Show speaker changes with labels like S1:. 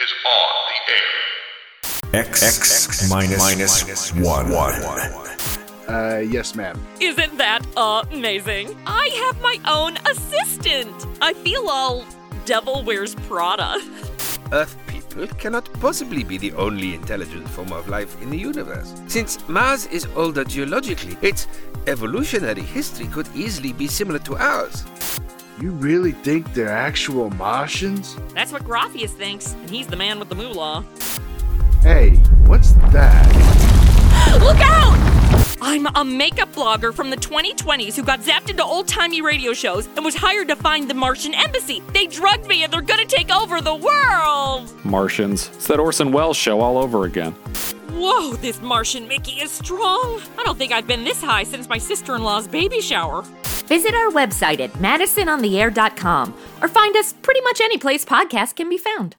S1: is on the air.
S2: X, X minus, minus one.
S3: Uh, yes, ma'am.
S4: Isn't that amazing? I have my own assistant. I feel all Devil Wears Prada.
S5: Earth people cannot possibly be the only intelligent form of life in the universe. Since Mars is older geologically, its evolutionary history could easily be similar to ours.
S3: You really think they're actual Martians?
S4: That's what Graphius thinks, and he's the man with the moolah.
S3: Hey, what's that?
S4: Look out! I'm a makeup blogger from the 2020s who got zapped into old timey radio shows and was hired to find the Martian embassy. They drugged me and they're gonna take over the world!
S6: Martians. It's that Orson Welles show all over again.
S4: Whoa, this Martian Mickey is strong! I don't think I've been this high since my sister in law's baby shower.
S7: Visit our website at madisonontheair.com or find us pretty much any place podcasts can be found.